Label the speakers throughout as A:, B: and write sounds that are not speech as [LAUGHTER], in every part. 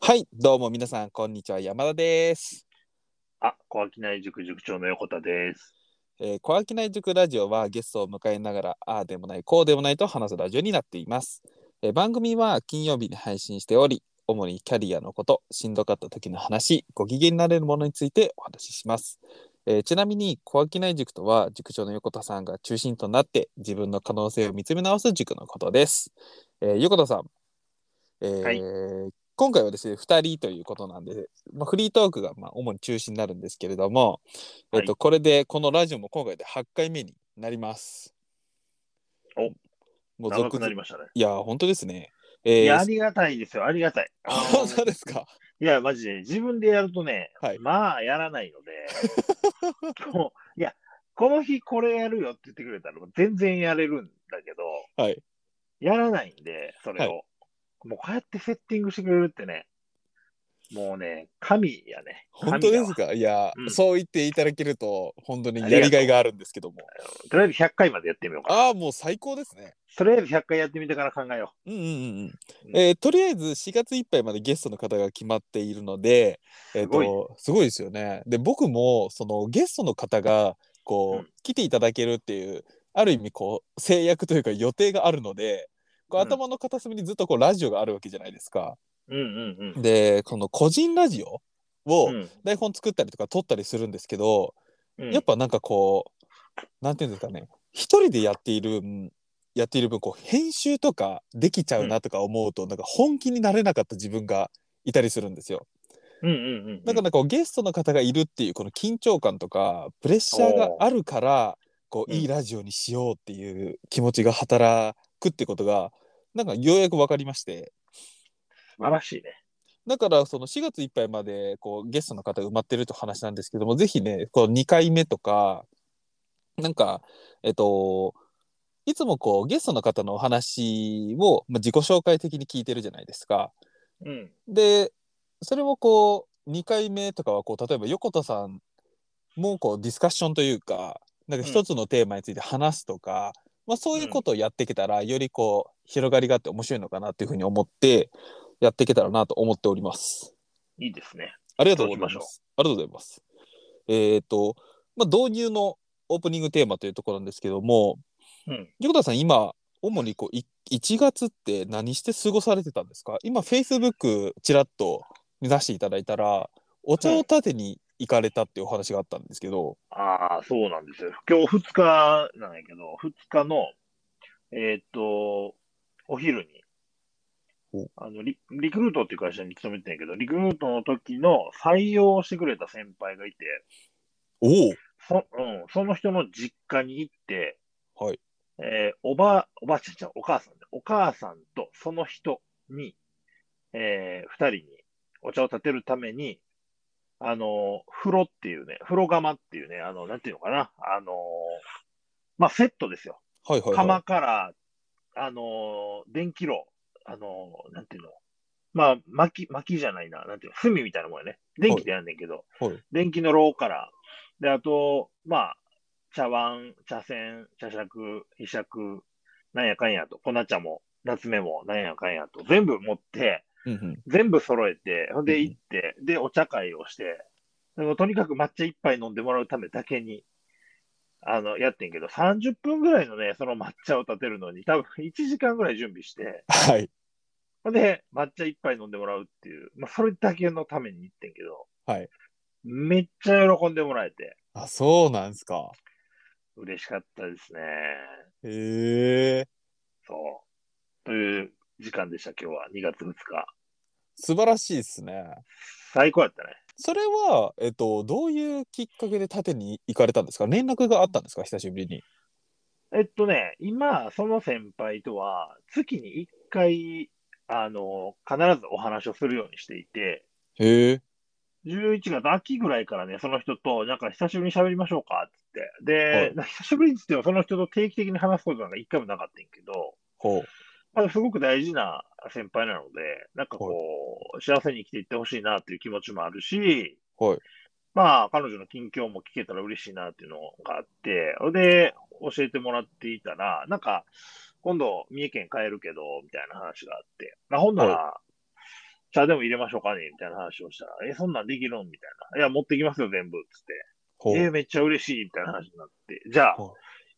A: はい、どうも皆さん、こんにちは。山田です。
B: あ、小商内塾塾長の横田です。
A: えー、小商内塾ラジオはゲストを迎えながら、ああでもない、こうでもないと話すラジオになっています。えー番組は金曜日に配信しており、主にキャリアのこと、しんどかった時の話、ご機嫌になれるものについてお話しします。えーちなみに、小商内塾とは、塾長の横田さんが中心となって、自分の可能性を見つめ直す塾のことです。えー横田さん、えー
B: はい
A: 今回はですね、2人ということなんで、まあ、フリートークがまあ主に中心になるんですけれども、えっ
B: は
A: と、これでこのラジオも今回で8回目になります。
B: お
A: もう
B: 長く
A: 続
B: なり
A: 々
B: ましたね。
A: いや、本当ですね。え
B: いや、あ
A: ー、
B: りがたいですよ。ありがたい。あの
A: [LAUGHS] 本当ですか。
B: いや、マジで、自分でやるとね、
A: はい
B: まあ、やらないので、 [LAUGHS] もういや、この日これやるよって言ってくれたら、全然やれるんだけど、
A: はい。
B: やらないんで、それを。
A: は
B: もう、こうやってセッティングしてくれるってね、もうね、神やね。
A: 本当で
B: 神
A: す
B: だわ
A: か。いや、
B: うん
A: そう言っていただけると、本当に
B: ありがと
A: や
B: う
A: りがいがあるんですけども。
B: とりあえず100回までやってみようか。
A: ああ、もう最高ですね。
B: とりあえず100回やってみてから考えよ
A: うんうんうん
B: う
A: うんん。えーとりあえず4月いっぱいまでゲストの方が決まっているので、えっ、と、すごいですよね。で、僕も、そのゲストの方が、こう、
B: うん
A: 来ていただけるっていう、ある意味、こう、制約というか予定があるので、こう
B: うん
A: 頭の片隅にずっとこうラジオがあるわけじゃないですか。
B: う。うんうん
A: で、この個人ラジオ
B: う
A: を
B: ん。
A: 台本作ったりとか撮ったりするんですけど、
B: うん
A: やっぱなんかこう、なんていうんですかね、一人でやっている、んやっている分、こう、編集とかできちゃうなとか思うと、なんか本気になれなかった自分がいたりするんですよ。
B: うんうんうん。
A: だからこう、ゲストの方がいるっていう、この緊張感とか、プレッシャーがあるから、こう、
B: うん
A: いいラジオにしようっていう気持ちが働くってことが、なんかようやく分かりまして、
B: 素晴らしいね。
A: だからその4月いっぱいまでこうゲストの方が埋まってると話なんですけどもぜひねこう2回目とかなんかえっといつもこうゲストの方のお話を、まあ、自己紹介的に聞いてるじゃないですか。
B: うん。
A: でそれをこう2回目とかはこう例えば横田さんもこうディスカッションというかなんか一つのテーマについて話すとか、まあ、そういうことをやっていけたらよりこう広がりがあって面白いのかなっていうふうに思ってやっていけたらなと思っております。
B: いいですね。
A: ありがとうございま。
B: そうします
A: ありがとうございます。えっ、と、まあ、導入のオープニングテーマというところなんですけども、
B: うん。
A: 横田さん、今、主にこうい1月って何して過ごされてたんですか今、Facebook ちらっと見させていただいたら、お茶を立てに行かれたっていうお話があったんですけど、
B: ああ、そうなんですよ。今日2日なんやけど、2日の、えーっと、お昼に
A: お、
B: あのリ、リクルートっていう会社に勤めてんやけど、リクルートの時の採用してくれた先輩がいて、そ,、うん、その人の実家に行って、
A: おおはい。
B: えーおば、おばあちゃんちゃん、お母さんね、お母さんとその人に、えー二人にお茶を立てるために、あのー風呂っていうね、風呂釜っていうね、あの、なんていうのかな、あのーまあ、セットですよ。
A: はいはい、はい。
B: 釜から、あのー電気炉、あのーなんていうの、まあ、薪、薪じゃないな、なんていうの、炭みたいなもんやね。電気でやんねんけど、
A: はい
B: 電気の炉から、で、あと、まあ、茶碗、茶筅、茶杓、被杓、なんやかんやと、粉茶も、夏目も、なんやかんやと、全部持って、
A: うんうん
B: 全部揃えて、
A: うん
B: ほん
A: う
B: で
A: ん
B: 行って、で、お茶会をして、でもとにかく抹茶一杯飲んでもらうためだけに、あの、やってんけど、30分ぐらいのね、その抹茶を立てるのに、多分1時間ぐらい準備して、
A: はい。
B: ほんで、抹茶一杯飲んでもらうっていう、まあ、それだけのために行ってんけど、
A: はい。
B: めっちゃ喜んでもらえて、
A: あ、そうなんですか。
B: 嬉しかったですね。
A: へえ。
B: そう。という時間でした、今日は。2月2日。
A: 素晴らしいですね。
B: 最高やったね。
A: それは、えっと、どういうきっかけで縦に行かれたんですか連絡があったんですか久しぶりに。
B: えっとね、今、その先輩とは、月に1回、あの、必ずお話をするようにしていて、
A: へえ。
B: 11月秋ぐらいからね、その人と、なんか久しぶりに喋りましょうか、つって。で、
A: はい
B: な久しぶりにつっても、その人と定期的に話すことなんか一回もなかったんやけど、
A: ほう。
B: まあ、すごく大事な先輩なので、なんかこう、幸せに生きていってほしいなっていう気持ちもあるし、
A: はい。
B: まあ、彼女の近況も聞けたら嬉しいなっていうのがあって、それで、教えてもらっていたら、なんか、今度、三重県帰るけど、みたいな話があって、まあ、ほんなら、茶でも入れましょうかねみたいな話をしたら、え、そんなんできるんみたいな。いや、持ってきますよ、全部。つって。
A: ほう。
B: えーめっちゃ嬉しいみたいな話になって、じゃあ
A: ほう、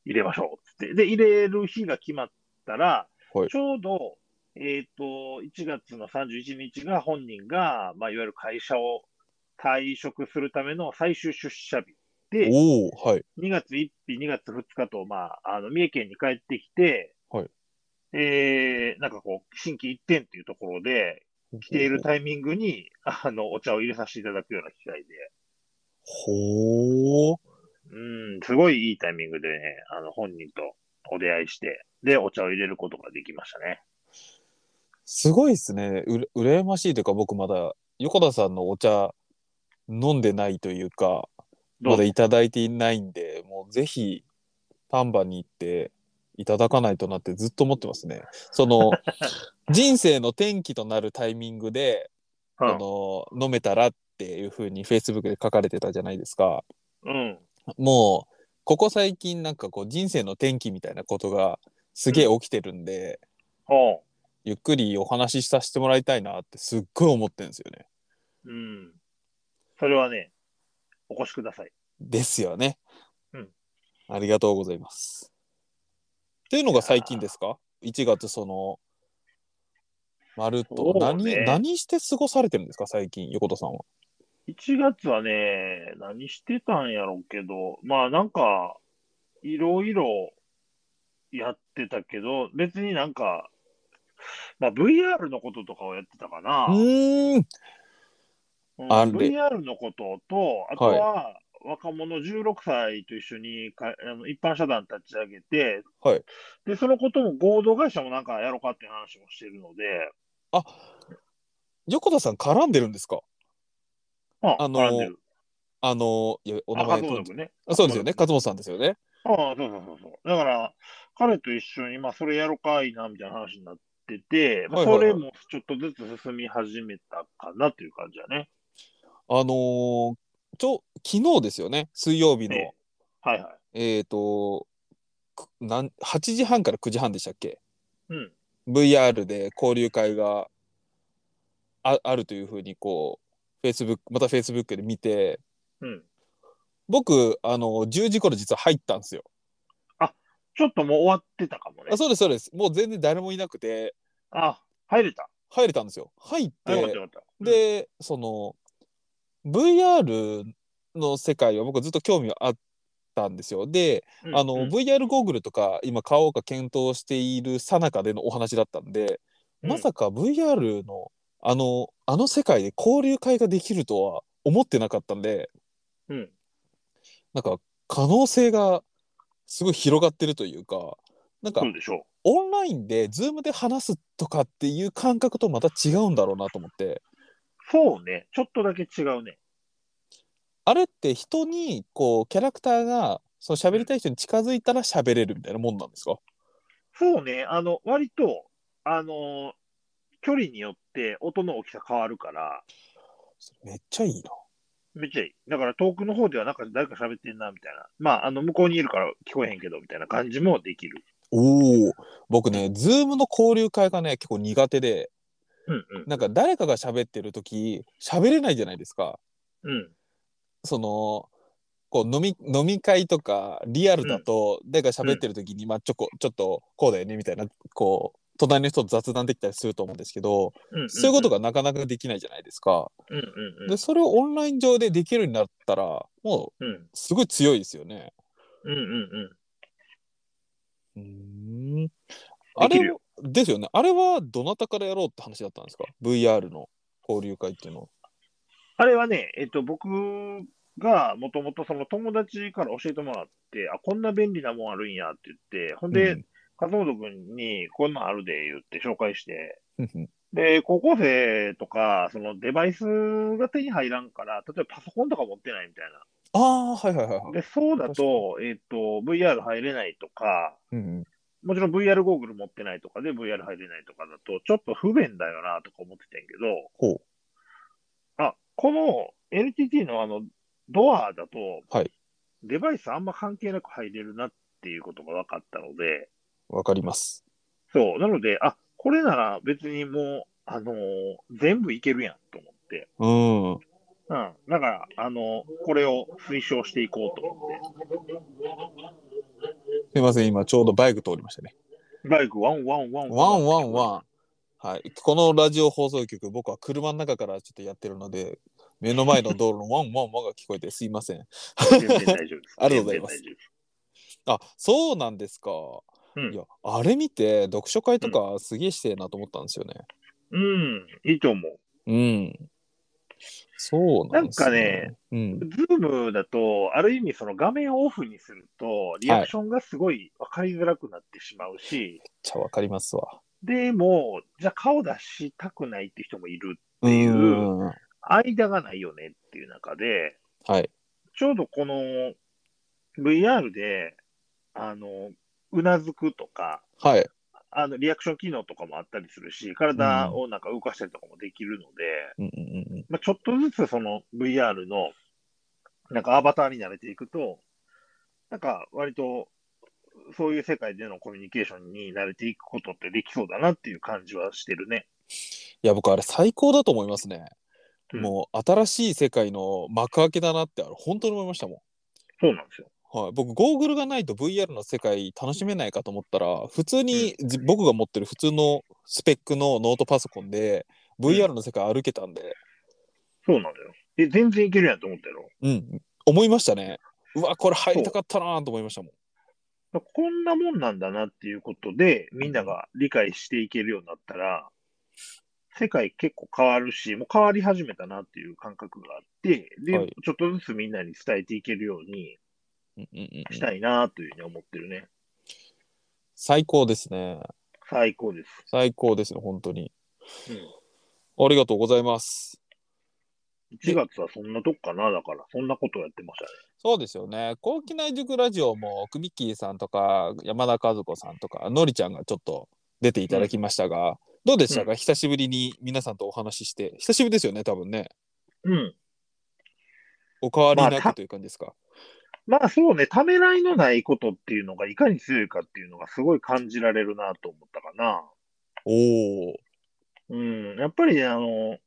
B: 入れましょうっつって。で、入れる日が決まったら、
A: はい
B: ちょうど、えっ、と、1月の31日が本人が、まあ、いわゆる会社を退職するための最終出社日で、
A: おおはい。
B: 2月1日、2月2日と、まあ、あの、三重県に帰ってきて、
A: はい
B: えー、なんかこう、心機一転というところで、来ているタイミングに、あの、お茶を入れさせていただくような機会で、
A: ほう。
B: うん、すごいいいタイミングでね、あの、本人とお出会いして、で、お茶を入れることができましたね。
A: すごいですね。うら羨ましいというか、僕まだ横田さんのお茶飲んでないというか、
B: ど
A: ま
B: うぞ
A: だいただいていないんで、もうぜひ丹波に行っていただかないとなってずっと思ってますね。そ
B: [LAUGHS]
A: の人生の転機となるタイミングで、
B: うん
A: あの飲めたらっていうふうに Facebook で書かれてたじゃないですか。
B: うん。
A: もうここ最近なんかこう人生の転機みたいなことがすげえ起きてるんで。
B: ほ
A: ゆっくりお話しさせてもらいたいなってすっごい思ってるんですよね。
B: う。うん。それはね、お越しください。
A: ですよね。
B: うん。
A: ありがとうございます。っていうのが最近ですか ?1 月その、まるっと、
B: そう
A: 何、
B: ね
A: 何して過ごされてるんですか最近、横田さんは。
B: 1月はね、何してたんやろうけど、まあなんか、いろいろやってたけど、別になんか、まあ VR のこととかをやってたかな。
A: うーん。
B: うん
A: あれ
B: VR のことと、あとは若者16歳と一緒にかあの一般社団立ち上げて、
A: はい
B: で、そのことも合同会社もなんかやろうかっていう話もしてるので、
A: あ、横田さん絡んでるんですか
B: あ
A: あの
B: 絡んでる
A: あの、いやお名
B: あ、
A: 前
B: 活動
A: と
B: 力ね。
A: そうですよね。勝
B: 活
A: 本さんですよね。
B: あそうそうそうそう。だから、彼と一緒に、まあ、それやろうかいな、みたいな話になってて、ま
A: は
B: あ
A: いはいはい
B: それもちょっとずつ進み始めたかなという感じだね。
A: あのーちょ、昨日ですよね。水曜日の。
B: えはいはい。
A: えっ、と、くなん8時半から9時半でしたっけ
B: うん。
A: ?VR で交流会がああるというふうに、こう、Facebook、また Facebook で見て、
B: うん。
A: 僕、あの、10時頃実は入ったんですよ。
B: ちょっともう終わってたかもね
A: あ。そうです、そうです。もう全然誰もいなくて、
B: あ、入れた。
A: 入れたんですよ。入っ
B: あよかった
A: て、
B: よかった。
A: で、その、VR の世界は僕ずっと興味はあったんですよ。で、
B: うん、
A: あの、
B: うん
A: VR ゴーグルとか今買おうか検討している最中でのお話だったんで、まさか VR のあのあの世界で交流会ができるとは思ってなかったんで
B: うん。
A: なんか可能性がすごい広がってるというかなんか
B: そうでしょ
A: オンラインで Zoom で話すとかっていう感覚とまた違うんだろうなと思って
B: う。そうね。ちょっとだけ違うね。
A: あれって人にこうキャラクターがその喋りたい人に近づいたら喋れるみたいなもんなんですか
B: そうね。あの、割と、あの、距離によって音の大きさ変わるから、
A: めっちゃいいな。
B: めっちゃいい。だから遠くの方ではなんか誰か喋ってんな、みたいな。まあ、あの、向こうにいるから聞こえへんけど、みたいな感じもできる。
A: おお僕ね Zoom の交流会がね結構苦手で
B: うん
A: なんか誰かが喋ってる時喋れないじゃないですか。
B: うん。うん。
A: そのこう飲み飲み会とかリアルだと誰か喋ってる時に、まあちょこちょっとこうだよねみたいなこう隣の人と雑談できたりすると思うんですけど
B: うんうん
A: そういうことがなかなかできないじゃないですか。
B: うんうん
A: でそれをオンライン上でできるようになったらもう
B: うん。うん
A: すごい強いですよね。
B: うんうんうん。
A: うーんあ
B: でき
A: れ
B: る
A: はですよね。あれはどなたからやろうって話だったんですか ?VR の交流会っていうのは。
B: あれはね、えっと、僕がもともとその友達から教えてもらって、あ、こんな便利なもんあるんやって言って、ほんで、
A: うん
B: 加藤君にこんなんあるで言って紹介して、
A: うんうん
B: で、高校生とか、そのデバイスが手に入らんから、例えばパソコンとか持ってないみたい
A: ああーはいはいはいは
B: な。
A: い。
B: で、そうだと、えっ、と、VR 入れないとか、
A: うんうん
B: もちろん VR ゴーグル持ってないとかで VR 入れないとかだと、ちょっと不便だよなとか思ってたんやけど、
A: ほう
B: あ、この NTT のあの、ドアだと、
A: はい
B: デバイスあんま関係なく入れるなっていうことが分かったので、
A: わかります。
B: そう。なので、あ、これなら別にもあのー全部いけるやんと思って。
A: うん。
B: うん。だから、あのーこれを推奨していこうと思っ
A: すいません、今ちょうどバイク通りましたね。
B: て。バイクワンワンワン
A: ワンワンワン。はい。このラジオ放送局、僕は車の中からちょっとやってるので、目の前の道路の [LAUGHS] ワンワンワンが聞こえてすいません。。
B: ン。全然大丈夫です
A: [LAUGHS] ありがとうございます
B: 全然大丈夫です。
A: あ、そうなんですか。
B: うん
A: いや、あれ見て、読書会とかすげえしてえなと思ったんですよね。
B: うん、いいと思う。
A: うん。そうなんですうん。
B: ズームだと、ある意味その画面をオフにすると、リアクションがすごい分かりづらくなってしまうし、
A: じゃあわかりますわ。
B: でも、じゃあ顔出したくないって人もいる。
A: う。
B: いうん
A: は
B: 間がないよねっていう中で、
A: い。
B: ちょうどこの VR で、あの、うなずくとか、
A: はい。
B: あの、リアクション機能とかもあったりするし、体をなんか動かしたりとかもできるので、
A: うんうんうんうん。
B: まあ、ちょっとずつその VR の、なんかアバターに慣れていくと、なんか割と、そういう世界でのコミュニケーションに慣れていくことってできそうだなっていう感じはしてるね。
A: いや、僕あれ最高だと思いますね。
B: うん
A: もう新しい世界の幕開けだなって、あれ本当に思いましたもん。
B: そうなんですよ。
A: はい、僕ゴーグルがないと VR の世界楽しめないかと思ったら普通に、じ僕が持ってる普通のスペックのノートパソコンで VR の世界歩けたんで、
B: そうなんだよ。え、全然いけるやんと思ったやろ。
A: うん、思いましたねうわこれ入りたかったなと思いましたもん
B: こんなもんなんだなっていうことで、みんなが理解していけるようになったら、世界結構変わるし、もう変わり始めたなっていう感覚があって、で、
A: はい
B: ちょっとずつみんなに伝えていけるように
A: うんうんうん
B: したいなというふうに思ってるね。
A: 最高ですね
B: 最高です。
A: 最高ですね本当に
B: うん
A: ありがとうございます
B: 1月はそんなとこかな、だから、そんなことをやってましたね。
A: そうですよね高機内塾ラジオもくみっきーさんとか山田和子さんとかのりちゃんがちょっと出ていただきましたが、どうでしたか、久しぶりに皆さんとお話しして久しぶりですよね多分ね
B: うん。
A: お変わりな
B: まあた
A: くという感じですか。
B: まあそうね、ためらいのないことっていうのがいかに強いかっていうのがすごい感じられるなと思ったかな。
A: おお。
B: うん、やっぱりね、あの、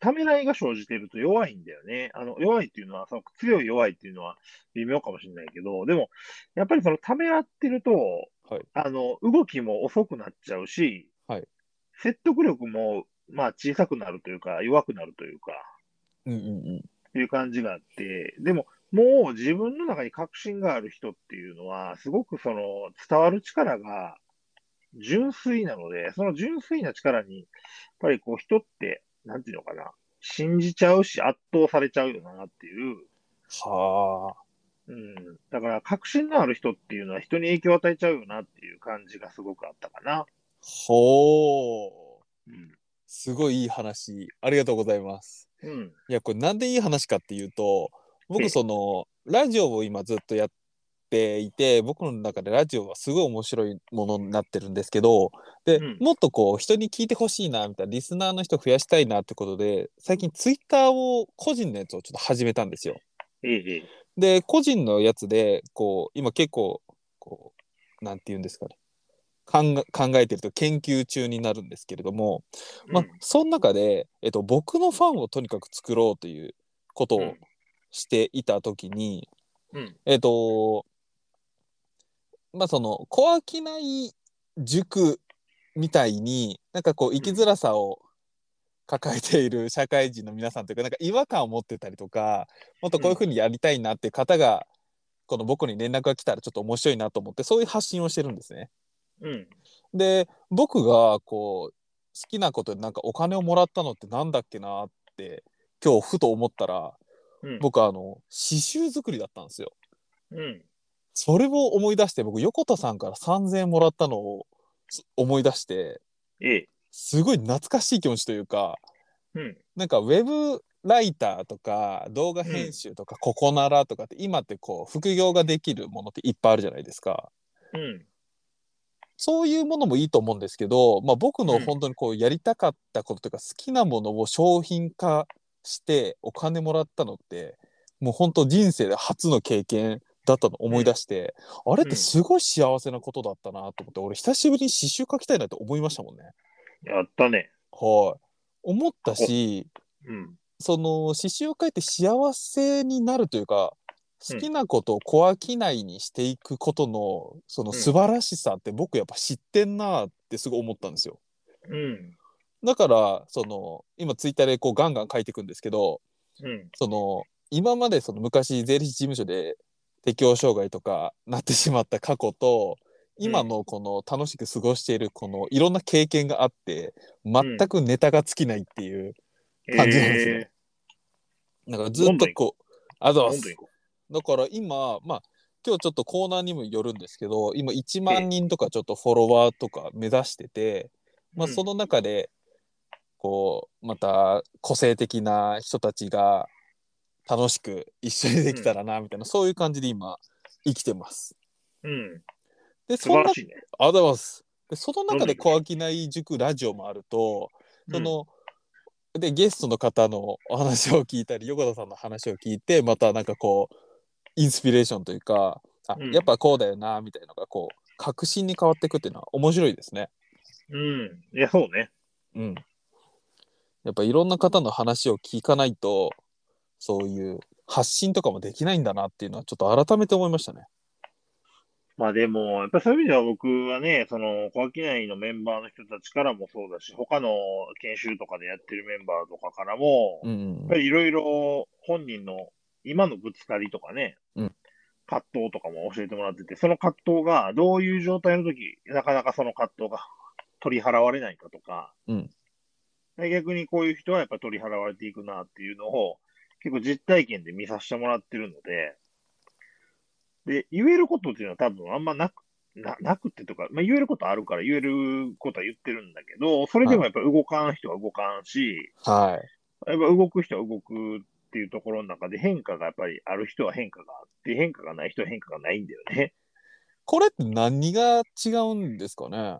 B: ためらいが生じてると弱いんだよね。あの、弱いっていうのは、その強い弱いっていうのは微妙かもしれないけど、でも、やっぱりそのためらってると、
A: はい
B: あの、動きも遅くなっちゃうし、
A: はい
B: 説得力も、まあ小さくなるというか、弱くなるというか、
A: うんうん
B: いう感じがあって、でも、もう自分の中に確信がある人っていうのは、すごくその伝わる力が純粋なので、その純粋な力に、やっぱりこう人って、なんていうのかな、信じちゃうし、圧倒されちゃうよなっていう、
A: うん。はあ。
B: うん、だから確信のある人っていうのは人に影響を与えちゃうよなっていう感じがすごくあったかな。
A: ほう。
B: うん。
A: すごいいい話。ありがとうございます。
B: うん。
A: いや、これなんでいい話かっていうと、
B: え
A: 僕
B: え
A: その、ラジオを今ずっとやっていて、僕の中でラジオはすごい面白いものになってるんですけど、で、
B: うん
A: もっとこう、人に聞いてほしいな、みたいな、リスナーの人増やしたいなってことで、最近ツイッターを、個人のやつをちょっと始めたんですよ。
B: ええ、ええ。
A: で個人のやつでこう今結構こうなんて言うんですかね考え考えてると研究中になるんですけれども、まあ
B: うん、
A: その中で、えっと、僕のファンをとにかく作ろうということをしていた時に、
B: うん。
A: えっとまあその小商い塾みたいになんかこう生きづらさを抱えている社会人の皆さんというかなんか違和感を持ってたりとかもっとこういうふうにやりたいなっていう方が、この僕に連絡が来たらちょっと面白いなと思ってそういう発信をしてるんですね。
B: うん。
A: で僕がこう好きなことでなんかお金をもらったのってなんだっけなって今日ふと思ったら
B: うん。
A: 僕あの刺繍作りだったんですよ。
B: うん。
A: それを思い出して僕横田さんから3,000円もらったのをす思い出して
B: ええ。
A: すごい懐かしい気持ちというか
B: うん。
A: なんかウェブライターとか動画編集とかココナラとかって今ってこう副業ができるものっていっぱいあるじゃないですか。
B: うん。
A: そういうものもいいと思うんですけど、まあ、僕の
B: うん
A: 本当にこうやりたかったことというか好きなものを商品化してお金もらったのってもう本当人生で初の経験だったのを思い出して、あれってすごい幸せなことだったなと思って俺久しぶりに刺繍書きたいなって思いましたもんね。
B: やったね。
A: はい。思ったし、
B: うん。
A: その詩集を書いて幸せになるというか好きなことを小商いにしていくことのその素晴らしさって僕やっぱ知ってんなってすごい思ったんですよ。
B: うん。
A: だからその今ツイッターでこうガンガン書いていくんですけど
B: うん。
A: その今までその昔税理士事務所で適応障害とかなってしまった過去と今のこの楽しく過ごしているこのいろんな経験があって全くネタが尽きないっていう感じなんですよ
B: え
A: なんかずっとこう、あ
B: ー
A: ざ
B: ど
A: わ
B: ん
A: す
B: どん。行こ
A: だから今、まあ、今日ちょっとコーナーにもよるんですけど、今1万人とかちょっとフォロワーとか目指してて、
B: う。
A: まあ、
B: うん
A: その中で、こう、また個性的な人たちが楽しく一緒にできたらな、みたいな、そういう感じで今、生きてます。
B: うん。
A: で、
B: 素
A: そ
B: 晴
A: ん
B: ら
A: な、
B: しいね。
A: あざます。で、その中で
B: どんどん
A: 小商い塾ラジオもあると、そ
B: うん、
A: の、でゲストの方のお話を聞いたり横田さんの話を聞いてまたなんかこうインスピレーションというかあ、
B: うん
A: やっぱこうだよなみたいなのがこう確信に変わっていくっていうのは面白いですね。
B: うん。いや、そうね。
A: うん、やっぱいろんな方の話を聞かないとそういう発信とかもできないんだなっていうのはちょっと改めて思いましたね。
B: まあでも、やっぱそういう意味では僕はね、その、小商いのメンバーの人たちからもそうだし、他の研修とかでやってるメンバーとかからも、
A: うん
B: やっぱりいろいろ本人の今のぶつかりとかね、
A: うん
B: 葛藤とかも教えてもらってて、その葛藤がどういう状態の時、なかなかその葛藤が取り払われないかとか、
A: うん
B: で逆にこういう人はやっぱ取り払われていくなっていうのを結構実体験で見させてもらってるので、で、言えることっていうのは多分あんまなく、ななくってとか、まあ、言えることあるから言えることは言ってるんだけど、それでもやっぱ動かん人は動かんし、
A: はい
B: やっぱ動く人は動くっていうところの中で変化がやっぱりある人は変化があって、変化がない人は変化がないんだよね。
A: これって何が違うんですかね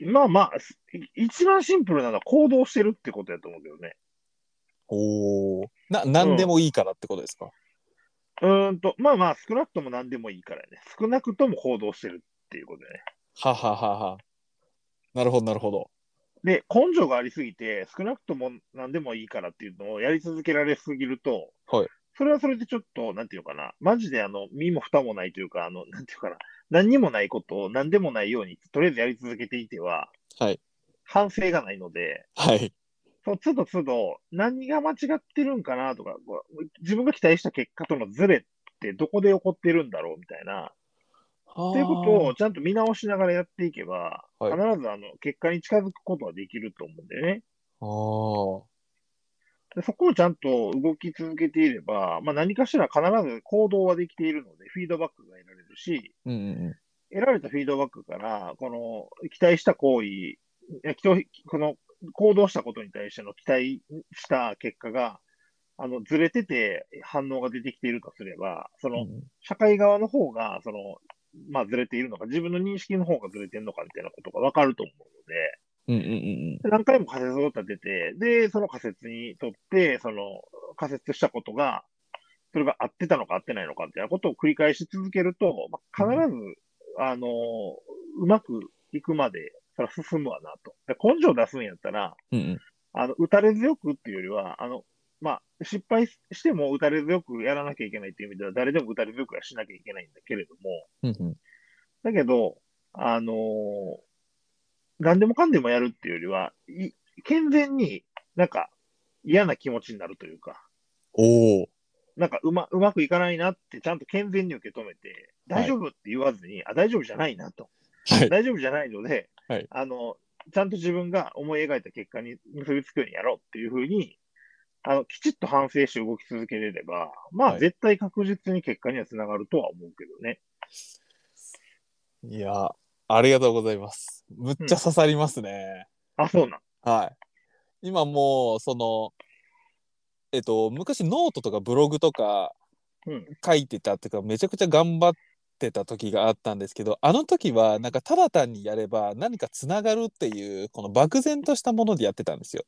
B: まあまあ、すい一番シンプルなのは行動してるってことやと思うけどね。
A: おーな何でもいいからってことですか、
B: うーんと、まあまあ、少なくとも何でもいいからね。少なくとも行動してるっていうことだよね。
A: はははは。なるほど、なるほど。
B: で、根性がありすぎて、少なくとも何でもいいからっていうのをやり続けられすぎると、
A: はい
B: それはそれでちょっと、なんていうのかな、マジであの、身も蓋もないというか、あの、なんていうかな、何にもないことを何でもないように、とりあえずやり続けていては、
A: はい。
B: 反省がないので、
A: はい。
B: その都度都度何が間違ってるんかなとか、こう自分が期待した結果とのズレってどこで起こってるんだろうみたいな、っていうことをちゃんと見直しながらやっていけば、
A: はい
B: 必ずあの結果に近づくことはできると思うんだよね。
A: を。
B: でそこをちゃんと動き続けていれば、まあ、何かしら必ず行動はできているので、フィードバックが得られるし、
A: ああ。うんうんうん。
B: 得られたフィードバックから、この期待した行為、いや期待この行動したことに対しての期待した結果が、あの、ずれてて反応が出てきているとすれば、その、社会側の方が、その、まあ、ずれているのか、自分の認識の方がずれてるのかみたいなことがわかると思うので
A: うんうんうん
B: で、何回も仮説を立てて、で、その仮説にとって、その、仮説したことが、それが合ってたのか合ってないのかみたいなことを繰り返し続けると、まあ、必ず、あの、うまくいくまで、それは進むわなと。で根性出すんやったら、
A: うん。うん
B: あの、打たれ強くっていうよりは、あの、まあ、失敗しても打たれ強くやらなきゃいけないっていう意味では、誰でも打たれ強くはしなきゃいけないんだけれども、
A: うんうん。
B: だけど、あのー何でもかんでもやるっていうよりは、い健全になんか嫌な気持ちになるというか、
A: おお。
B: なんかうまうまくいかないなってちゃんと健全に受け止めて、
A: はい
B: 大丈夫って言わずに、あ、大丈夫じゃないなと。
A: はい。
B: 大丈夫じゃないので、
A: はい
B: あの、ちゃんと自分が思い描いた結果に結びつくようにやろうっていうふうに、あの、きちっと反省して動き続けれれば、ま
A: は
B: あ、
A: い
B: 絶対確実に結果にはつながるとは思うけどね。
A: いや、ありがとうございます。むっちゃ刺さりますね。
B: あ、そうなん。
A: はい。今もう、その、えっと、昔ノートとかブログとか
B: うん
A: 書いてたっていうか、めちゃくちゃ頑張ってた時があったんですけどあの時はなんかただ単にやれば何かつながるっていうこの漠然としたものでやってたんですよ。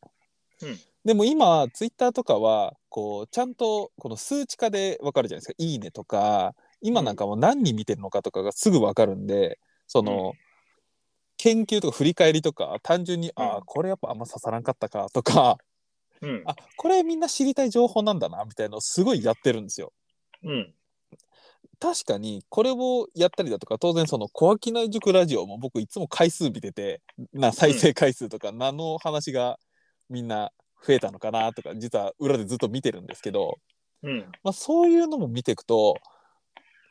B: うん
A: でも今ツイッターとかはこうちゃんとこの数値化でわかるじゃないですか「いいね」とか今なんかもう何人見てるのかとかがすぐわかるんでその、研究とか振り返りとか単純に、あ
B: う
A: あこれやっぱあんま刺さらんかったかとか
B: うん。
A: あこれみんな知りたい情報なんだなみたいなのをすごいやってるんですよ。
B: うん。
A: 確かにこれをやったりだとか当然その「小商い塾ラジオ」も僕いつも回数見ててな再生回数とか何の話がみんな増えたのかなとか実は裏でずっと見てるんですけど、
B: うん。
A: まあ、そういうのも見ていくと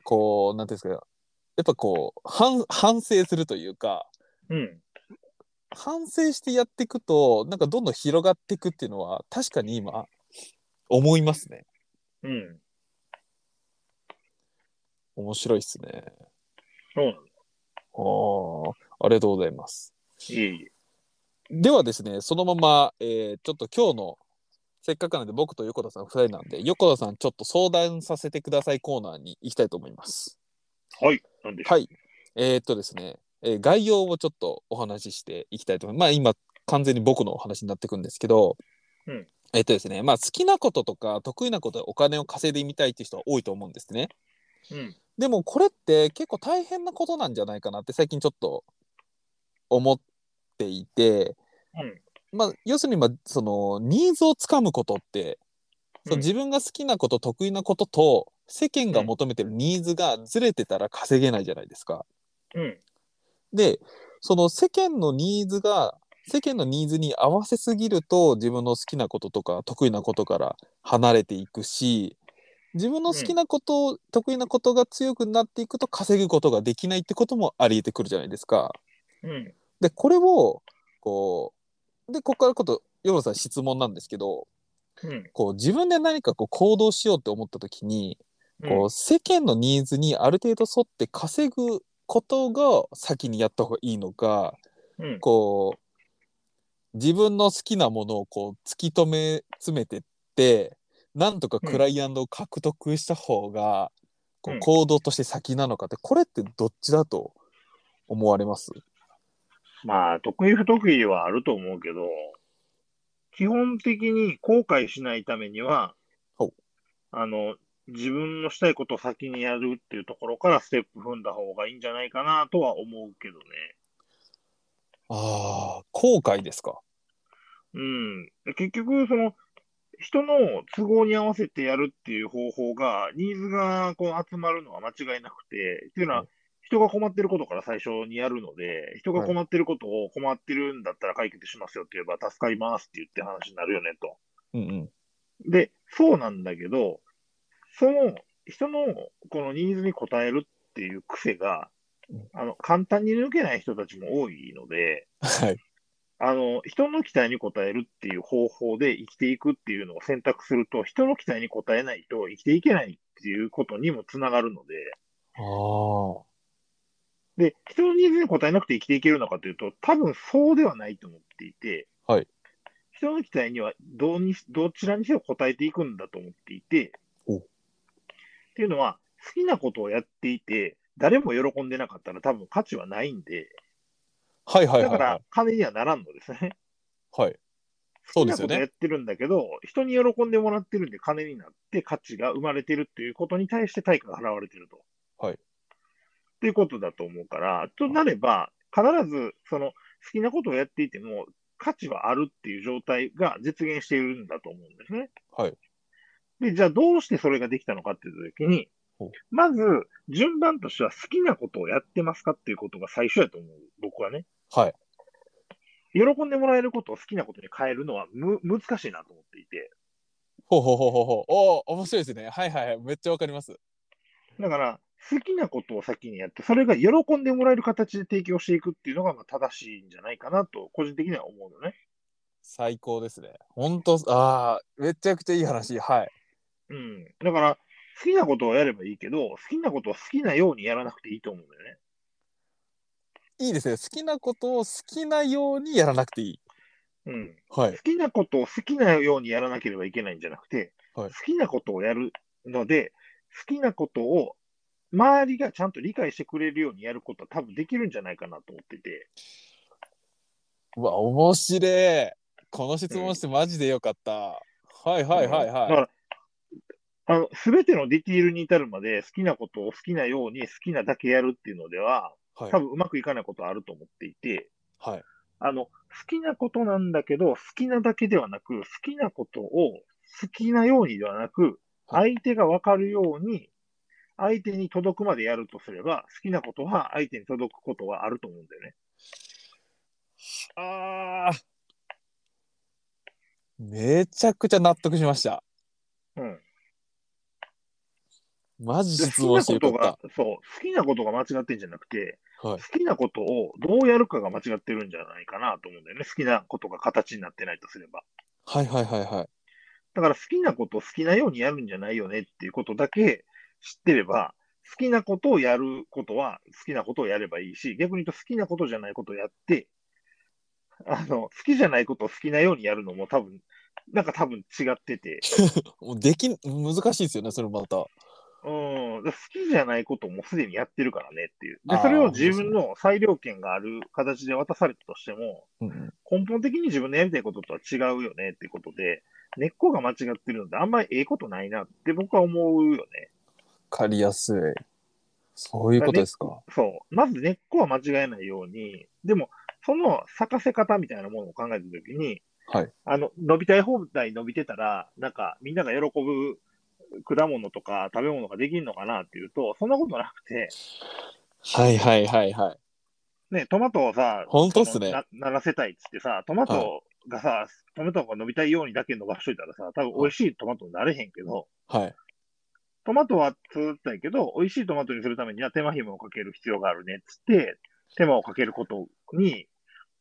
A: こうなんていうんですかやっぱこう反反省するというか
B: うん。
A: 反省してやっていくとなんかどんどん広がっていくっていうのは確かに今思いますね
B: うん。
A: 面白いですね
B: そうなんだ。
A: あーありがとうございます
B: いえいえ。
A: ではですね、そのまま、えーちょっと今日の、せっかくなんで僕と横田さん2人なんで、横田さんちょっと相談させてくださいコーナーに行きたいと思います。
B: はい。なんでしょ
A: はい。えーっとですね、えー概要をちょっとお話ししていきたいと思います。まあ今、完全に僕のお話になってくんですけど、
B: うん
A: えーっとですね、まあ好きなこととか得意なことでお金を稼いでみたいっていう人は多いと思うんですね。
B: う。うん。
A: でもこれって結構大変なことなんじゃないかなって最近ちょっと思っていて、
B: うん
A: まあ、要するにまあそのニーズをつかむことって、その
B: うん
A: 自分が好きなこと得意なことと世間が求めてるニーズがずれてたら稼げないじゃないですか。
B: うん。
A: でその世間のニーズが世間のニーズに合わせすぎると自分の好きなこととか得意なことから離れていくし自分の好きなこと、得意なことが強くなっていくと稼ぐことができないってこともありえてくるじゃないですか。
B: うん。
A: でこれをこうでここからこと山田さん質問なんですけど
B: うん。
A: こう自分で何かこう行動しようって思った時にこ
B: うん
A: う世間のニーズにある程度沿って稼ぐことが先にやった方がいいのか
B: うん。
A: こう自分の好きなものをこう突き止め詰めてってなんとかクライアントを獲得した方が、こう
B: うん
A: 行動として先なのかってこれってどっちだと思われます
B: まあ、得意不得意はあると思うけど、基本的に後悔しないためには
A: ほう、
B: あの、自分のしたいことを先にやるっていうところからステップ踏んだ方がいいんじゃないかなとは思うけどね。
A: ああ後悔ですか
B: うん。結局、その、人の都合に合わせてやるっていう方法が、ニーズがこう集まるのは間違いなくて、っていうの
A: は
B: は、人が困ってることから最初にやるので、人が
A: はい
B: 困ってることを困ってるんだったら解決しますよって言えば、助かりますって言って話になるよねと。
A: うんうん
B: で、そうなんだけど、その人のこのニーズに応えるっていう癖が
A: うん、
B: あの、簡単に抜けない人たちも多いので、
A: はい
B: あの、人の期待に応えるっていう方法で生きていくっていうのを選択すると、人の期待に応えないと生きていけないっていうことにもつながるので、
A: ああ
B: で、人のニーズに応えなくて生きていけるのかというと、多分そうではないと思っていて、
A: はい
B: 人の期待にはどうにどちらにせよ応えていくんだと思っていて、
A: お
B: っていうのは、好きなことをやっていて、誰も喜んでなかったら多分価値はないんで、
A: はいはい
B: だ
A: は
B: か
A: いは
B: ら金にはならんのですね。
A: いはいそ
B: 好
A: う
B: き
A: です
B: なこ
A: よ
B: とや
A: ね
B: ってるんだけど、人に喜んでもらってるんで金になって価値が生まれてるっていうことに対して対価が払われてると。
A: はい
B: っていうことだと思うから、となれば、必ずその好きなことをやっていても価値はあるっていう状態が実現しているんだと思うんですね。
A: はい
B: で、じゃあどうしてそれができたのかっていうときに
A: ほう、
B: まず順番としては好きなことをやってますかっていうことが最初やと思う、僕はね。
A: はい
B: 喜んでもらえることを好きなことに変えるのはむ難しいなと思っていて。
A: ほうほうほうほうほうおお面白いですねはいはいはいめっちゃわかります
B: だから、好きなことを先にやって、それが喜んでもらえる形で提供していくっていうのがまあ正しいんじゃないかなと、個人的には思うのね。
A: 最高ですね本当ああめちゃくちゃいい話はい
B: うん。だから、好きなことをやればいいけど、好きなことを好きなようにやらなくていいと思うんだよね。
A: いいですね。好きなことを好きなようにやらなくていい。
B: うん。
A: は
B: 好。きなことを好きなようにやらなければいけないんじゃなくて、
A: はい
B: 好きなことをやるので、好きなことを周りがちゃんと理解してくれるようにやることは多分できるんじゃないかなと思ってて。
A: うわ、面白い。この質問してマジでよかった。はいはいはい
B: だ
A: は
B: から、あの、すべてのディティールに至るまで好きなことを好きなように好きなだけやるっていうのでは、
A: はい
B: 多。分うまくいかないことあると思っていて、
A: はい。
B: あの、好きなことなんだけど、好きなだけではなく、好きなことを好きなようにではなく、
A: は
B: 相手がわかるように、相手に届くまでやるとすれば、好きなことは相手に届くことはあると思うんだよね。
A: ああ。めちゃくちゃ納得しました。
B: うん。
A: マジ
B: で
A: 質
B: 好
A: 問して
B: きな
A: よ
B: こ
A: か
B: とが
A: っ、
B: そう、好きなことが間違ってんじゃなくて、
A: た。はい。
B: 好きなことをどうやるかが間違ってるんじゃないかなと思うんだよね。好きなことが形になってないとすれば。
A: はいはいはいはい。
B: だから好きなことを好きなようにやるんじゃないよねっていうことだけ知ってれば、好きなことをやることは好きなことをやればいいし、逆に言うと好きなことじゃないことをやって、あの、好きじゃないことを好きなようにやるのも多分、なんか多分違ってて、
A: もうできん、難しいですよね、それまた。
B: うん、で好きじゃないことをもうすでにやってるからねっていう。で
A: あ、ー
B: それを自分の裁量権がある形で渡されたとしても、
A: うんうん、
B: 根本的に自分のやりたいこととは違うよねってことで、根っこが間違ってるので、あんまりええことないなって僕は思うよね。
A: 借りやすい。そういうことですか。
B: そう。まず根っこは間違えないように、でも、その咲かせ方みたいなものを考えたときに、
A: はい
B: あの、伸びたい放題伸びてたら、なんか、みんなが喜ぶ果物とか食べ物ができるのかなっていうと、そんなことなくて、
A: はいはいはいはい。
B: ね、トマトをさ、
A: 本当っすね
B: そのなならせたいっつってさ、トマトがさ、トマトが伸びたいようにだけ伸ばしといたらさ、多分美味しいトマトになれへんけど、
A: はい。
B: トマトは作ったんやけど、美味しいトマトにするためには手間暇をかける必要があるねっつって、手間をかけることに、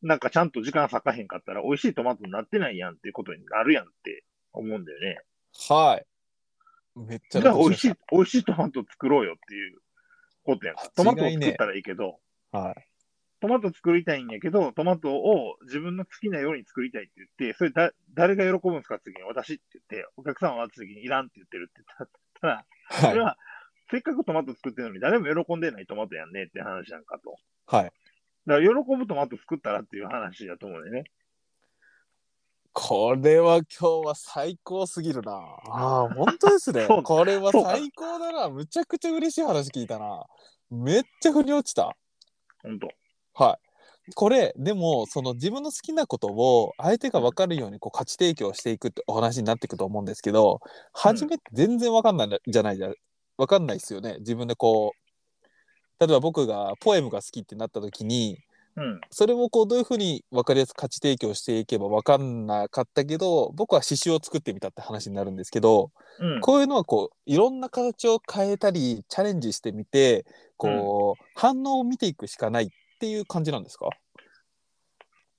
B: なんかちゃんと時間割かへんかったら、美味しいトマトになってないやんっていうことになるやんって思うんだよね。
A: はい。めっちゃ
B: じゃあ美味し
A: い
B: い。、美味しいトマト作ろうよっていうことやんか。トマトを作ったらいいけど、
A: はい。
B: トマト作りたいんやけど、トマトを自分の好きなように作りたいって言って、それだ誰が喜ぶんですかって時に私って言って、お客さんは私的にいらんって言ってるって言ったら、それ
A: はい。
B: は、せっかくトマト作ってるのに誰も喜んでないトマトやんねって話なんかと。
A: はい。
B: だから喜ぶトマト作ったらっていう話だと思うんだよね。
A: これは今日は最高すぎるな。ああ、本当ですね。
B: そう
A: これは
B: そうか
A: 最高だな。むちゃくちゃ嬉しい話聞いたな。めっちゃ腑に落ちた。
B: ほんと。
A: はい。これ、でも、その自分の好きなことを相手が分かるようにこう価値提供していくってお話になっていくと思うんですけど、初め全然分かんないじゃないじゃ、分かんないですよね。自分でこう、例えば僕がポエムが好きってなった時に、
B: うん。
A: それをこうどういうふうに分かりやすく価値提供していけば分かんなかったけど僕は刺繍を作ってみたって話になるんですけど、
B: うん。
A: こういうのはこういろんな形を変えたりチャレンジしてみてこう、反応を見ていくしかないっていう感じなんですか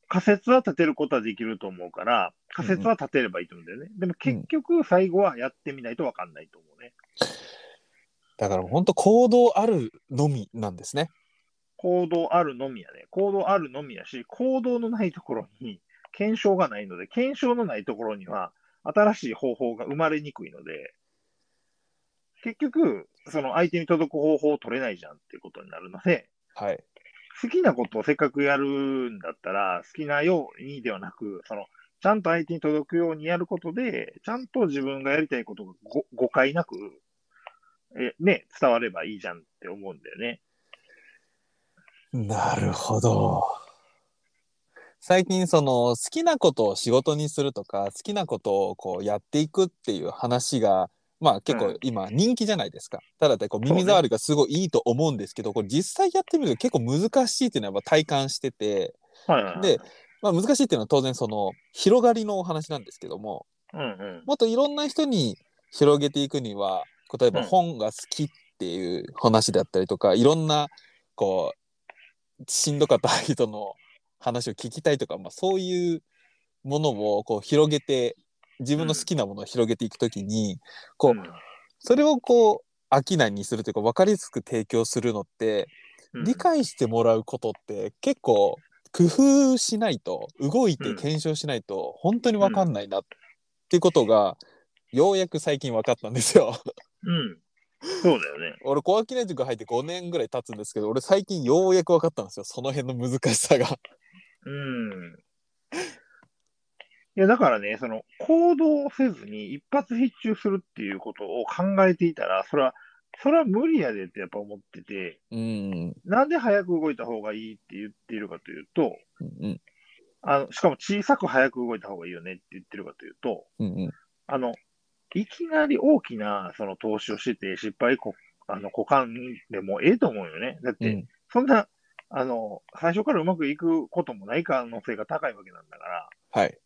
B: 仮説は立てることはできると思うから、仮説は立てればいいと思うんだよね。でも結局、最後はやってみないとわかんないと思うね。
A: だから本当行動あるのみなんですね。
B: 行動あるのみやね。行動あるのみやし、行動のないところに検証がないので、検証のないところには新しい方法が生まれにくいので、結局、その相手に届く方法を取れないじゃんっていうことになるので、
A: はい。
B: 好きなことをせっかくやるんだったら、好きなようにではなく、その、ちゃんと相手に届くようにやることで、ちゃんと自分がやりたいことがご誤解なく、え、ね、伝わればいいじゃんって思うんだよね。
A: なるほど。最近その好きなことを仕事にするとか好きなことをこうやっていくっていう話がまあ結
B: う
A: 構
B: ん
A: 今人気じゃないですか。ただでこう
B: そうね
A: 耳障りがすごいいいと思うんですけど、これ実際やってみると結構難しいっていうのはやっぱ体感してて
B: はいはいはい。
A: で、まあ、難しいっていうのは当然その広がりのお話なんですけども
B: うんうん。
A: もっといろんな人に広げていくには例えば
B: うん
A: 本が好きっていう話だったりとか、いろんなこうしんどかった人の話を聞きたいとか、まあ、そういうものをこう広げて自分の好きなものを広げていくときに、こう
B: うん
A: それをこう商いにするというか分かりやすく提供するのって
B: うん
A: 理解してもらうことって結構工夫しないと動いて
B: うん
A: 検証しないと本当に分かんないなっていうことがようやく最近分かったんですよ。 [LAUGHS]
B: うん。そうだよね。
A: 俺小涌内塾入って5年ぐらい経つんですけど俺最近ようやく分かったんですよその辺の難しさが。
B: うん。いや、だからね、その、行動をせずに一発必中するっていうことを考えていたら、それはそれは無理やでってやっぱ思ってて、
A: [LAUGHS] うん。
B: なんで早く動いた方がいいって言っているかというと、
A: うん。
B: あの、しかも小さく早く動いた方がいいよねって言ってるかというと、
A: うん。うん。
B: あの、いきなり大きな、その投資をしてて、失敗こ、あの、股間でもええと思うよね。だっ
A: う
B: て
A: ん、
B: そんな、あの、最初からうまくいくこともない可能性が高いわけなんだから、
A: はい。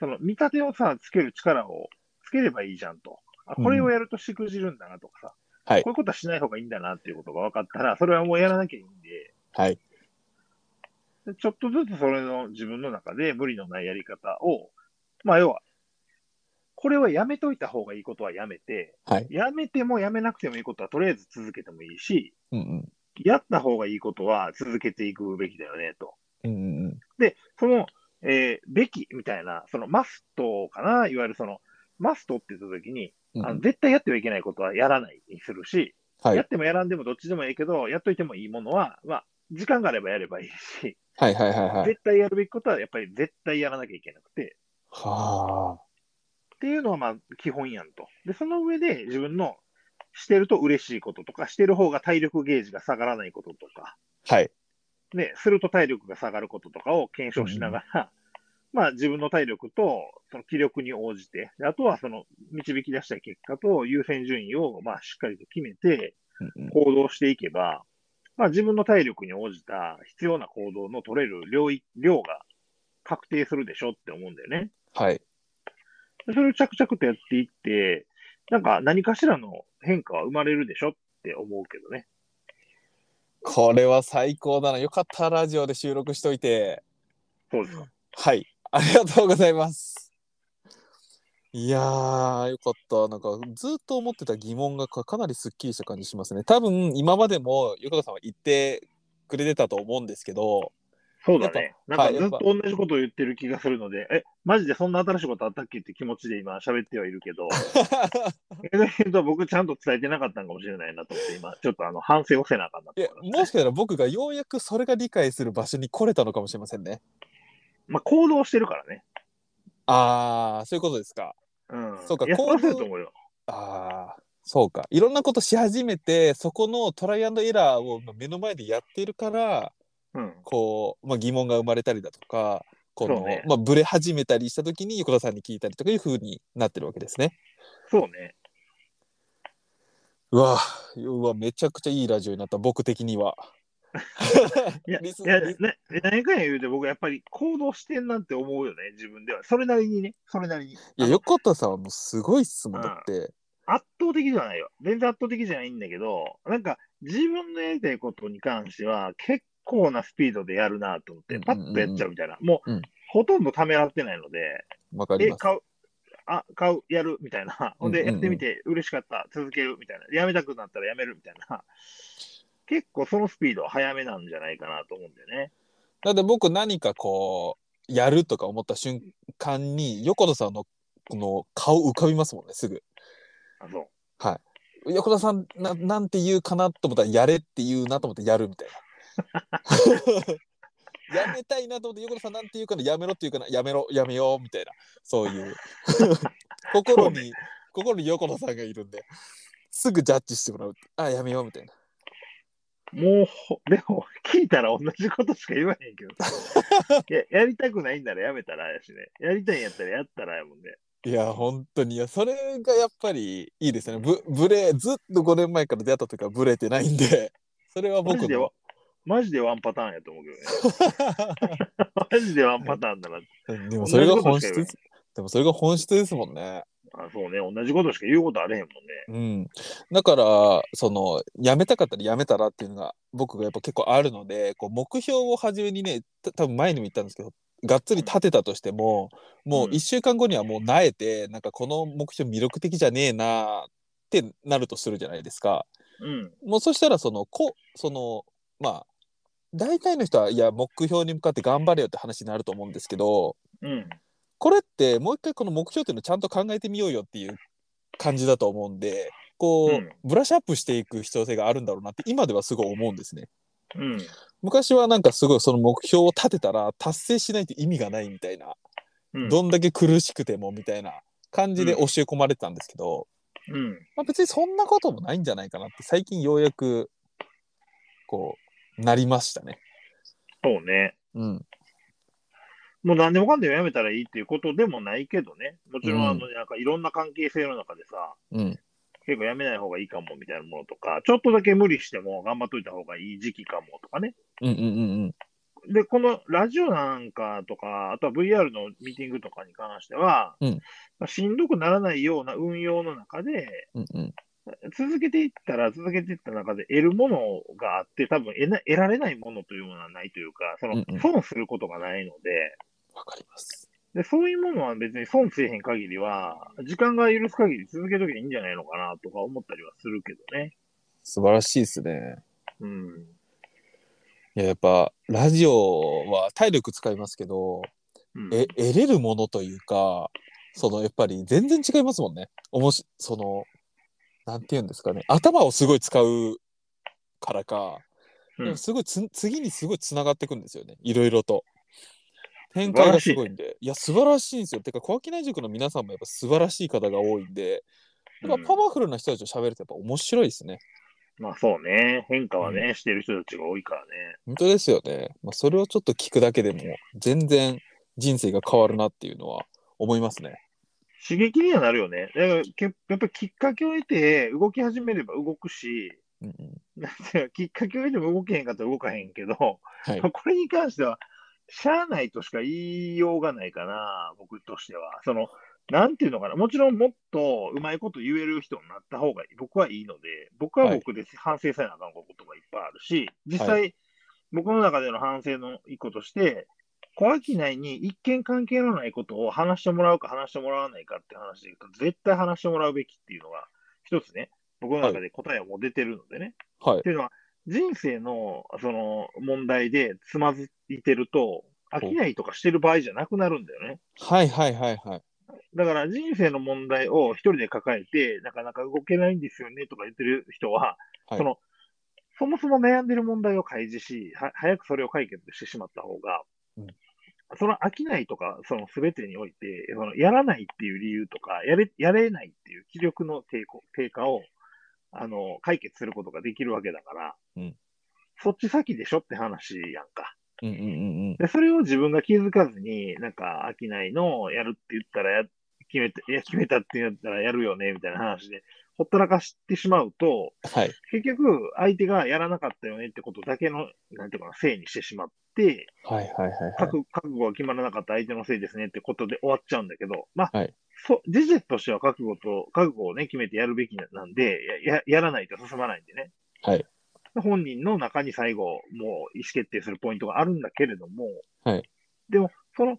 B: その、見立てをさ、つける力をつければいいじゃんと。あ、これをやるとしくじるんだなとかさ、
A: はい
B: こういうことはしない方がいいんだなっていうことが分かったら、それはもうやらなきゃいいんで、
A: はい。
B: でちょっとずつそれの自分の中で無理のないやり方を、まあ要は、これはやめといた方がいいことはやめて、
A: はい。
B: やめてもやめなくてもいいことはとりあえず続けてもいいし、
A: うん。
B: やった方がいいことは続けていくべきだよねと。
A: うん。うん。うん。
B: で、その、えーべきみたいな、そのマストかな、いわゆるその、マストって言った時に、
A: うん
B: あの絶対やってはいけないことはやらないにするし、
A: はい
B: やっ。てもやらんでもどっちでもいいけど、やっといてもいいものは、まあ、時間があればやればいいし、
A: はい。はい。はい。はい。
B: 絶対やるべきことはやっぱり絶対やらなきゃいけなくて、
A: はあ。
B: っていうのはまあ基本やんと。で、その上で自分のしてると嬉しいこととか、してる方が体力ゲージが下がらないこととか、
A: はい。
B: ね、すると体力が下がることとかを検証しながら、 [LAUGHS] まあ自分の体力とその気力に応じて、であとはその導き出した結果と優先順位をまあしっかりと決めて
A: うんうん
B: 行動していけば、まあ自分の体力に応じた必要な行動の取れる量い量が確定するでしょって思うんだよね。
A: はい。
B: でそれを着々とやっていって、なんか何かしらの変化は生まれるでしょって思うけどね。
A: これは最高だな。よかった。ラジオで収録しといて。
B: そうですか。
A: はい。ありがとうございます。いやー、よかった。なんか、ずっと思ってた疑問がかかなりすっきりした感じしますね。多分、今までも、横田さんは言ってくれてたと思うんですけど、
B: そうだね。
A: や
B: な
A: っ
B: ん
A: ぱ
B: かずっと同じことを言ってる気がするので、え、マジでそんな新しいことあったっけって気持ちで今喋ってはい
A: [LAUGHS]
B: るけど、えだけど僕ちゃんと伝えてなかったんかもしれないなと思って、今ちょっとあの反省をせなあかんなと
A: いや
B: 思いま
A: も
B: す
A: しかしたら僕がようやくそれが理解する場所に来れたのかもしれませんね。
B: まあ行動してるからね。
A: あー、そういうことですか。
B: うん。
A: そうか
B: いや、
A: 行
B: そ
A: 動
B: うすると思うよ。
A: あー、そうか。いろんなことし始めて、そこのトライアンドエラーを目の前でやっているから、
B: うん。
A: こう、まあ、疑問が生まれたりだとか、こ
B: そ
A: の、
B: うね
A: まあ、ブレ始めたりした時に横田さんに聞いたりとかいう風になってるわけですね。
B: そうね。
A: うわうわめちゃくちゃいいラジオになった僕的には。
B: いや、
A: リス
B: いや、ね、何回言うて僕やっぱり行動してんなんて思うよね、自分では。それなりにね、それなりに。
A: いや横田さんはもうすごいっすもん
B: うん
A: だって。
B: 圧倒的ではないよ。全然圧倒的じゃないんだけど、なんか自分のやりたいことに関しては結構なスピードでやるなと思っ
A: う
B: て、
A: ん
B: パッとやっちゃうみたいな。もう、
A: うん
B: ほとんどためらってないので、
A: わかり
B: え、
A: ます。
B: 買う、あ、買う、やるみたいな。ほん
A: うん
B: で、
A: うんうん
B: やってみて嬉しかった、続けるみたいな。やめたくなったらやめるみたいな。結構そのスピードは早めなんじゃないかなと思うんだよね。
A: だって僕何かこうやるとか思った瞬間に横田さんのこの顔浮かびますもんねすぐ。
B: あ、そう。
A: 横田さんななんて言うかなと思ったらやれって言うなと思ってやるみたい
B: [LAUGHS]
A: な。やめたいなと思って横田さんなんて言うかなやめろって言うかなやめろやめようみたいなそういう
B: [LAUGHS]
A: 心に、心に横田さんがいるんですぐジャッジしてもらうあやめようみたいな
B: もうほ、でも、聞いたら同じことしか言わへんけど。
A: [LAUGHS]
B: いや、やりたくないんならやめたらやしね。やりたいんやったらやったらやもんね。
A: いや本当にいやそれがやっぱりいいですねぶぶれずっと5年前から出会った時はブレてないんでそれは
B: マ
A: 僕
B: ジで
A: の
B: わ、マジでワンパターンやと思うけどね。
A: [LAUGHS]
B: マジでワンパターンだな。
A: うんでもそれが本質
B: 同じことしか
A: ですで
B: 言わない
A: もそれが本質ですもんね
B: あそうね、同じことしか言うことあれへんもんね。
A: うん、だからそのやめたかったらやめたらっていうのが僕がやっぱ結構あるのでこう目標を初めにねた多分前にも言ったんですけどがっつり立てたとしてももう
B: うん
A: 1週間後にはもうなえてなんかこの目標魅力的じゃねえなってなるとするじゃないですか。
B: うん。
A: もうそしたらそのこそのまあ大体の人はいや目標に向かって頑張れよって話になると思うんですけど
B: うん。
A: これってもう一回この目標っていうのをちゃんと考えてみようよっていう感じだと思うんでこう、
B: うん
A: ブラッシュアップしていく必要性があるんだろうなって今ではすごい思うんですね
B: うん。
A: 昔はなんかすごいその目標を立てたら達成しないと意味がないみたいな、
B: うん。
A: どんだけ苦しくてもみたいな感じで教
B: うん
A: え込まれてたんですけど、
B: うん。
A: まあ、別にそんなこともないんじゃないかなって最近ようやくこうなりましたね。
B: そうね。
A: うん、
B: もう何でもかんでもやめたらいいっていうことでもないけどね。もちろ、
A: うんん
B: あの、なんかいろんな関係性の中でさ、
A: うん、
B: 結構やめない方がいいかもみたいなものとか、ちょっとだけ無理しても頑張っといた方がいい時期かもとかね。
A: うん、うん、うん、
B: で、このラジオなんかとか、あとは VR のミーティングとかに関しては、
A: うん
B: まあしんどくならないような運用の中で、
A: うん、うん、
B: 続けていったら、続けていった中で得るものがあって、多分得な得られないものというものはないというか、そ
A: うんう
B: の
A: ん
B: 損することがないので、
A: わかります。
B: で、そういうものは別に損せえへん限りは、時間が許す限り続けときゃいいんじゃないのかなとか思ったりはするけどね。
A: 素晴らしいですね。
B: うん。
A: いや、やっぱラジオは体力使いますけど、
B: うん、
A: え、得れるものというか、そのやっぱり全然違いますもんね。おもし、その、なんていうんですかね。頭をすごい使うからか、
B: うん
A: でもすごいつ、次にすごいつながっていくんですよね。いろいろと。展開がすごいんで。いや、素晴らしいんですよ。てか、小商内塾の皆さんもやっぱ素晴らしい方が多いんで、やっぱパワフルな人たちと喋るとやっぱ面白いですね。
B: まあそうね。変化はね、してる人たちが多いからね。
A: 本当ですよね。まあ、それをちょっと聞くだけでも、全然人生が変わるなっていうのは思いますね。
B: 刺激にはなるよね。だからけやっぱりきっかけを得て、動き始めれば動くし、
A: うんうん、
B: なんていうかきっかけを得ても動けへんかったら動かへんけど、
A: はい。
B: [LAUGHS] これに関しては、しゃあないとしか言いようがないかな、僕としては。その、なんていうのかな、もちろんもっとうまいこと言える人になった方が僕はいいので、僕は僕で反省せなあかんことがいっぱいあるし、実際、
A: は
B: 僕の中での反省の一個として、小商内に一見関係のないことを話してもらうか話してもらわないかって話で言うと、絶対話してもらうべきっていうのが、一つね、僕の中で答えはもう出てるのでね。
A: はい
B: っ。ていうのは、人生のその問題でつまずいてると、飽きないとかしてる場合じゃなくなるんだよね。
A: はいはいはいはい。
B: だから人生の問題を一人で抱えて、なかなか動けないんですよねとか言ってる人は、
A: はい
B: そのそもそも悩んでる問題を開示し、は早くそれを解決してしまった方が、
A: うん
B: その飽きないとか、その全てにおいて、そのやらないっていう理由とか、やれやれないっていう気力の低こ低下をあの解決することができるわけだから、
A: うん
B: そっち先でしょって話やんか。
A: うんうんうんうん。
B: で、それを自分が気づかずに、なんか、商いのやるって言ったらや、決めた、いや、決めたって言ったらやるよね、みたいな話で、ほったらかしてしまうと、
A: はい。
B: 結局、相手がやらなかったよねってことだけの、なんていうかな、せいにしてしまって、
A: はいはいはいはい。
B: 覚覚悟が決まらなかった相手のせいですねってことで終わっちゃうんだけど、まあ、
A: はい
B: そ事実としては覚悟と、覚悟をね、決めてやるべきなんで、やややらないと進まないんでね。
A: はい
B: 本人の中に最後、もう意思決定するポイントがあるんだけれども、
A: はい
B: でも、その、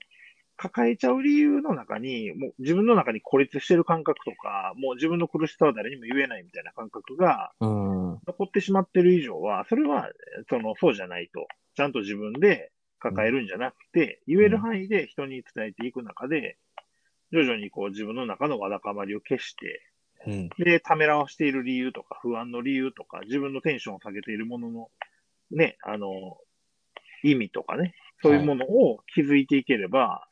B: 抱えちゃう理由の中に、もう自分の中に孤立してる感覚とか、もう自分の苦しさは誰にも言えないみたいな感覚が
A: うん。は
B: 残ってしまってる以上は、それは、その、そうじゃないと。ちゃんと自分で抱えるんじゃなくて、言える範囲で人に伝えていく中で、徐々にこう自分の中のわだかまりを消して、
A: い
B: で、ためらわしている理由とか、不安の理由とか、自分のテンションを下げているものの、ね、あの、意味とかね、そういうものを気づいていければ、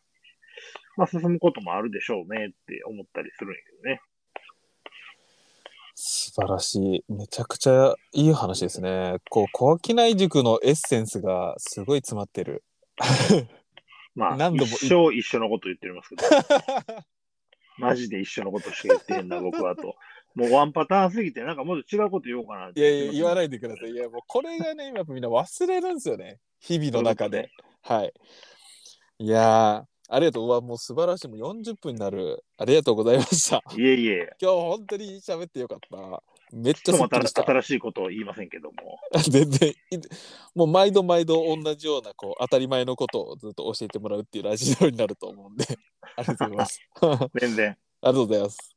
B: まあ、進むこともあるでしょうねって思ったりするんやけどね。
A: 素晴らしい。めちゃくちゃいい話ですね。こう、小商内塾のエッセンスがすごい詰まってる。
B: まあ、
A: 何度も
B: 一生一緒のこと言ってますけど。
A: [LAUGHS]
B: マジで一緒のことしか言ってへんな、僕はと。もうワンパターンすぎて、なんかもっと違うこと言おうかなっ
A: い
B: て
A: やいや、言わ
B: い。
A: ないでください。いや、もうこれがね、今やっぱみんな忘れるんですよね。日々の中で。はい。いやー、ありがとう。うわ、もう素晴らしい。もう40分になる。ありがとうございました。
B: いえいえ、
A: 今日本当に喋ってよかった。めっち
B: ち
A: ゃ
B: ょ
A: すっ
B: っと
A: きり
B: ま
A: した
B: た。新しいことを言いませんけども。
A: [LAUGHS] 全然いもう毎度毎度同じようなこう当たり前のことをずっと教えてもらうっていうラジオになると思うんで [LAUGHS] ありがとうございます [LAUGHS] あり
B: 全然。
A: がとうございます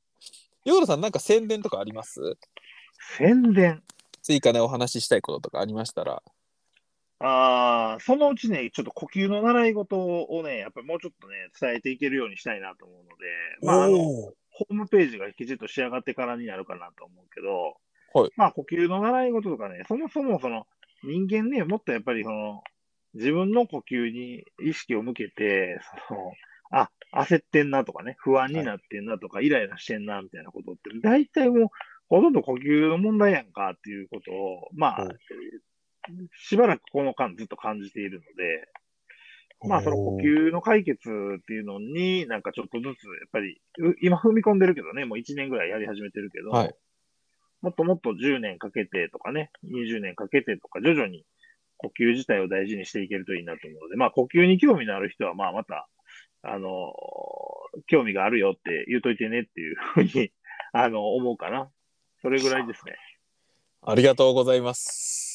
A: ヨーロさんなんか宣伝とかあります
B: 宣伝。
A: 追加でお話ししたいこととかありましたら
B: ああ、そのうちね、ちょっと呼吸の習い事をね、やっぱりもうちょっとね、伝えていけるようにしたいなと思うので、まあ、あの、
A: おー
B: ホームページがきちっと仕上がってからになるかなと思うけど、
A: はい
B: まあ呼吸の習い事とかね、そもそもその人間ね、もっとやっぱりその自分の呼吸に意識を向けて、そのあ、焦ってんなとかね、不安になってんなとか、イライラしてんなみたいなことって、大体もう、ほとんど呼吸の問題やんかっていうことを、まあ
A: うん、
B: しばらくこの間ずっと感じているので、まあ、その呼吸の解決っていうのに、なんかちょっとずつ、やっぱり、う今踏み込んでるけどね、もう1年ぐらいやり始めてるけど、
A: はい
B: もっともっと10年かけてとかね、20年かけてとか、徐々に呼吸自体を大事にしていけるといいなと思うので、まあ、呼吸に興味のある人は、まあ、また、あの、興味があるよって言うといてねっていうふうに、 [LAUGHS] あの、思うかな。それぐらいですね。
A: ありがとうございます。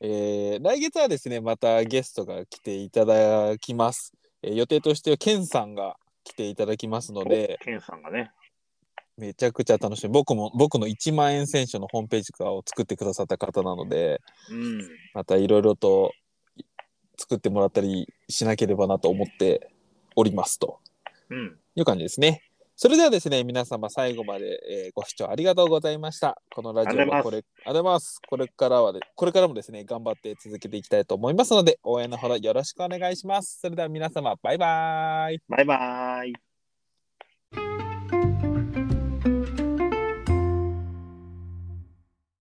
A: えー来月はですね、またゲストが来ていただきます。えー予定としては、ケンさんが来ていただきますので、
B: ケンさんがね。
A: めちゃくちゃ楽しみ。僕も、僕の1万円選手のホームページを作ってくださった方なので、
B: うん。
A: またいろいろと作ってもらったりしなければなと思っておりますと
B: うん。
A: いう感じですね。それではですね、皆様最後まで、えーご視聴ありがとうございました。このラジ
B: あ
A: オ
B: り
A: は
B: がと
A: こ
B: うござ
A: れ、あります。これからはで、これからもですね、頑張って続けていきたいと思いますので、応援のほどよろしくお願いします。それでは皆様、バイバイ。
B: バイバーイ。